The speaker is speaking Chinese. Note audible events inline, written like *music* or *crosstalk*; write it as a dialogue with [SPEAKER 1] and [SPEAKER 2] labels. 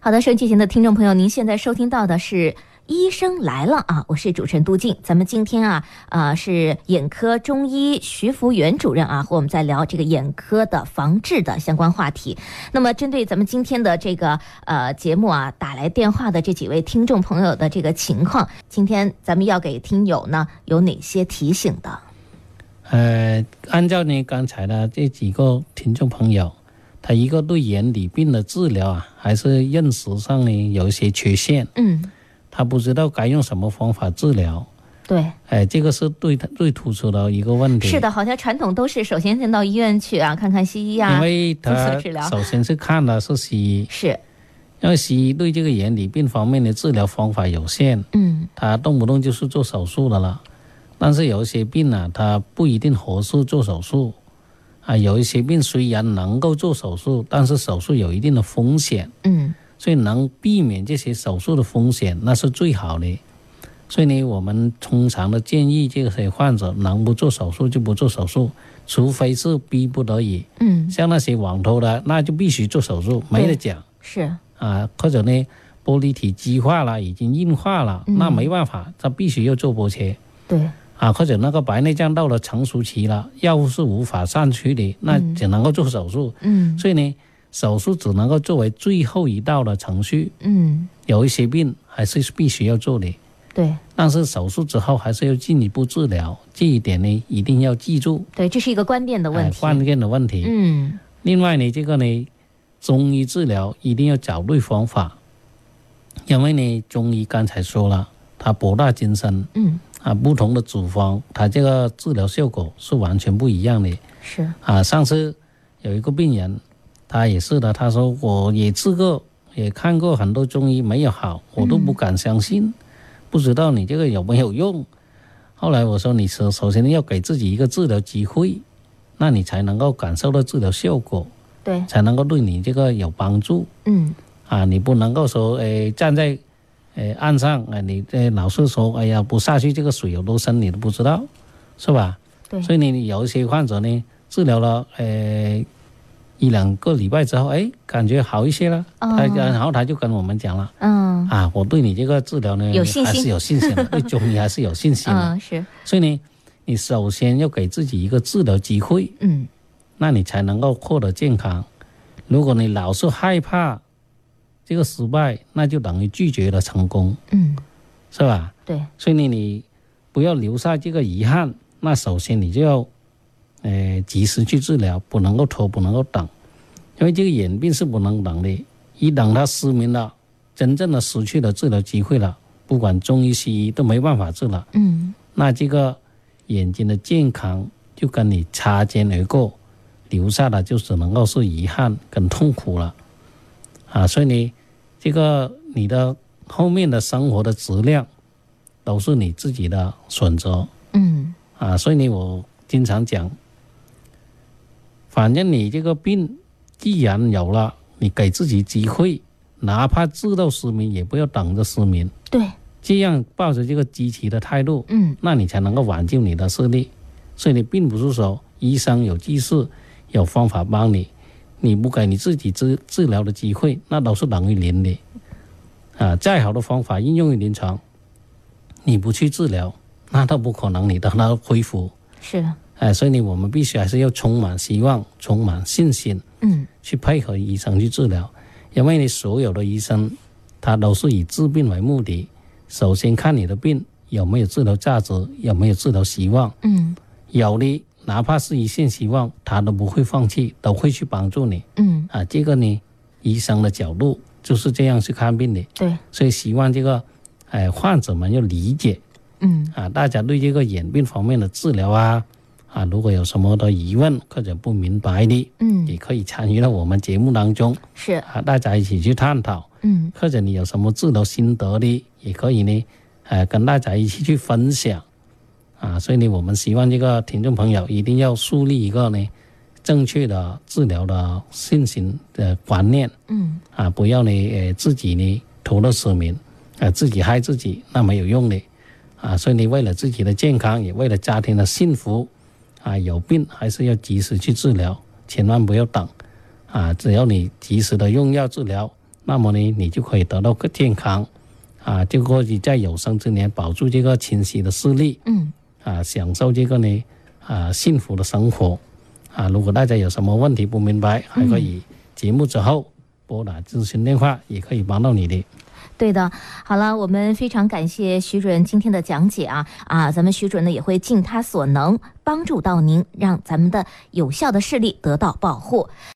[SPEAKER 1] 好的，收音机前的听众朋友，您现在收听到的是。医生来了啊！我是主持人杜静，咱们今天啊，呃，是眼科中医徐福元主任啊，和我们在聊这个眼科的防治的相关话题。那么，针对咱们今天的这个呃节目啊，打来电话的这几位听众朋友的这个情况，今天咱们要给听友呢有哪些提醒的？
[SPEAKER 2] 呃，按照你刚才的这几个听众朋友，他一个对眼底病的治疗啊，还是认识上呢有一些缺陷。
[SPEAKER 1] 嗯，
[SPEAKER 2] 他不知道该用什么方法治疗，
[SPEAKER 1] 对，
[SPEAKER 2] 哎，这个是最最突出的一个问题。
[SPEAKER 1] 是，的，好像传统都是首先先到医院去啊，看看西医
[SPEAKER 2] 因
[SPEAKER 1] 啊，
[SPEAKER 2] 为
[SPEAKER 1] 做
[SPEAKER 2] 他
[SPEAKER 1] 治疗
[SPEAKER 2] 首先是看的是西医，
[SPEAKER 1] 是，
[SPEAKER 2] 因为西医对这个眼底病方面的治疗方法有限，
[SPEAKER 1] 嗯，
[SPEAKER 2] 他动不动就是做手术的了。但是有一些病呢、啊，他不一定合适做手术，啊，有一些病虽然能够做手术，但是手术有一定的风险，
[SPEAKER 1] 嗯，
[SPEAKER 2] 所以能避免这些手术的风险，那是最好的。所以呢，我们通常的建议这些患者能不做手术就不做手术，除非是逼不得已。
[SPEAKER 1] 嗯，
[SPEAKER 2] 像那些网投的，那就必须做手术，没得讲
[SPEAKER 1] 是，
[SPEAKER 2] 啊。或者呢，玻璃体激化了，已经硬化了，
[SPEAKER 1] 嗯
[SPEAKER 2] 那没办法，他必须要做剥切
[SPEAKER 1] 对，
[SPEAKER 2] 啊。或者那个白内障到了成熟期了，药物是无法上去的，那只能够做手术。
[SPEAKER 1] 嗯，
[SPEAKER 2] 所以呢，手术只能够作为最后一道的程序。
[SPEAKER 1] 嗯，
[SPEAKER 2] 有一些病还是必须要做的，
[SPEAKER 1] 对。
[SPEAKER 2] 但是手术之后还是要进一步治疗，这一点呢一定要记住。
[SPEAKER 1] 对，这是一个关键的问
[SPEAKER 2] 哎
[SPEAKER 1] 题。
[SPEAKER 2] 关键的问题。
[SPEAKER 1] 嗯，
[SPEAKER 2] 另外呢，这个呢，中医治疗一定要找对方法，因为呢，中医刚才说了，它博大精深
[SPEAKER 1] 嗯，
[SPEAKER 2] 啊，不同的处方，它这个治疗效果是完全不一样的
[SPEAKER 1] 是，
[SPEAKER 2] 啊。上次有一个病人，他也是的，他说我也治过，也看过很多中医没有好，我都不敢相信，不知道你这个有没有用。后来我说，你首首先要给自己一个治疗机会，那你才能够感受到治疗效果。
[SPEAKER 1] 对，
[SPEAKER 2] 才能够对你这个有帮助
[SPEAKER 1] 嗯，
[SPEAKER 2] 啊！你不能够说，诶、站在诶、岸上，哎、你这老是说，哎呀，不下去这个水有多深，你都不知道，是吧？
[SPEAKER 1] 对，
[SPEAKER 2] 所以呢，有一些患者呢，治疗了诶、一两个礼拜之后，哎，感觉好一些了，
[SPEAKER 1] 哦
[SPEAKER 2] 他然后他就跟我们讲了。
[SPEAKER 1] 嗯，
[SPEAKER 2] 啊，我对你这个治疗呢，
[SPEAKER 1] 有信心
[SPEAKER 2] 还是有信心的，对中医还是有信心的。
[SPEAKER 1] *laughs* 嗯，是，
[SPEAKER 2] 所以呢，你首先要给自己一个治疗机会，
[SPEAKER 1] 嗯，
[SPEAKER 2] 那你才能够获得健康。如果你老是害怕这个失败，那就等于拒绝了成功，
[SPEAKER 1] 嗯，
[SPEAKER 2] 是吧？
[SPEAKER 1] 对，
[SPEAKER 2] 所以呢，你不要留下这个遗憾。那首先你就要，呃，及时去治疗，不能够拖，不能够等，因为这个眼病是不能等的。一等它失明了，真正的失去了治疗机会了，不管中医西医都没办法治了。
[SPEAKER 1] 嗯，
[SPEAKER 2] 那这个眼睛的健康就跟你擦肩而过，留下的就只能够是遗憾跟痛苦了，啊，所以呢，这个你的后面的生活的质量都是你自己的选择
[SPEAKER 1] 嗯，
[SPEAKER 2] 啊，所以呢，我经常讲，反正你这个病既然有了，你给自己机会，哪怕治到失明，也不要等着失明，
[SPEAKER 1] 对，
[SPEAKER 2] 这样抱着这个积极的态度，
[SPEAKER 1] 嗯，
[SPEAKER 2] 那你才能够挽救你的视力。所以你并不是说医生有技术、有方法帮你，你不给你自己治治疗的机会，那都是等于零的。啊，再好的方法应用于临床，你不去治疗，那都不可能你让它恢复。
[SPEAKER 1] 是，
[SPEAKER 2] 哎、所以呢，我们必须还是要充满希望、充满信心，
[SPEAKER 1] 嗯，
[SPEAKER 2] 去配合医生去治疗，因为你所有的医生，他都是以治病为目的，首先看你的病有没有治疗价值，有没有治疗希望，
[SPEAKER 1] 嗯，
[SPEAKER 2] 有的哪怕是一线希望，他都不会放弃，都会去帮助你
[SPEAKER 1] 嗯，
[SPEAKER 2] 啊。这个呢，医生的角度就是这样去看病的，
[SPEAKER 1] 对，
[SPEAKER 2] 所以希望这个，哎，患者们要理解
[SPEAKER 1] 嗯，
[SPEAKER 2] 啊，大家对这个眼病方面的治疗啊，啊，如果有什么的疑问或者不明白的，也
[SPEAKER 1] 嗯，
[SPEAKER 2] 可以参与到我们节目当中。
[SPEAKER 1] 是，
[SPEAKER 2] 啊，大家一起去探讨，
[SPEAKER 1] 嗯，
[SPEAKER 2] 或者你有什么治疗心得的，也可以呢，呃，跟大家一起去分享，啊，所以呢，我们希望这个听众朋友一定要树立一个呢正确的治疗的信心的观念
[SPEAKER 1] 嗯，
[SPEAKER 2] 啊，不要呢，呃，自己呢徒乐失明，啊，自己害自己，那没有用的，啊，所以呢，为了自己的健康，也为了家庭的幸福，啊，有病还是要及时去治疗，千万不要等。啊，只要你及时的用药治疗，那么呢，你就可以得到更健康，啊，就可以在有生之年保住这个清晰的视力，
[SPEAKER 1] 嗯，
[SPEAKER 2] 啊，享受这个呢，啊，幸福的生活，啊，如果大家有什么问题不明白，还可以节目之后拨打咨询电话，也可以帮到你的。
[SPEAKER 1] 对的，好了，我们非常感谢徐主任今天的讲解啊啊，咱们徐主任呢也会尽他所能帮助到您，让咱们的有效的视力得到保护。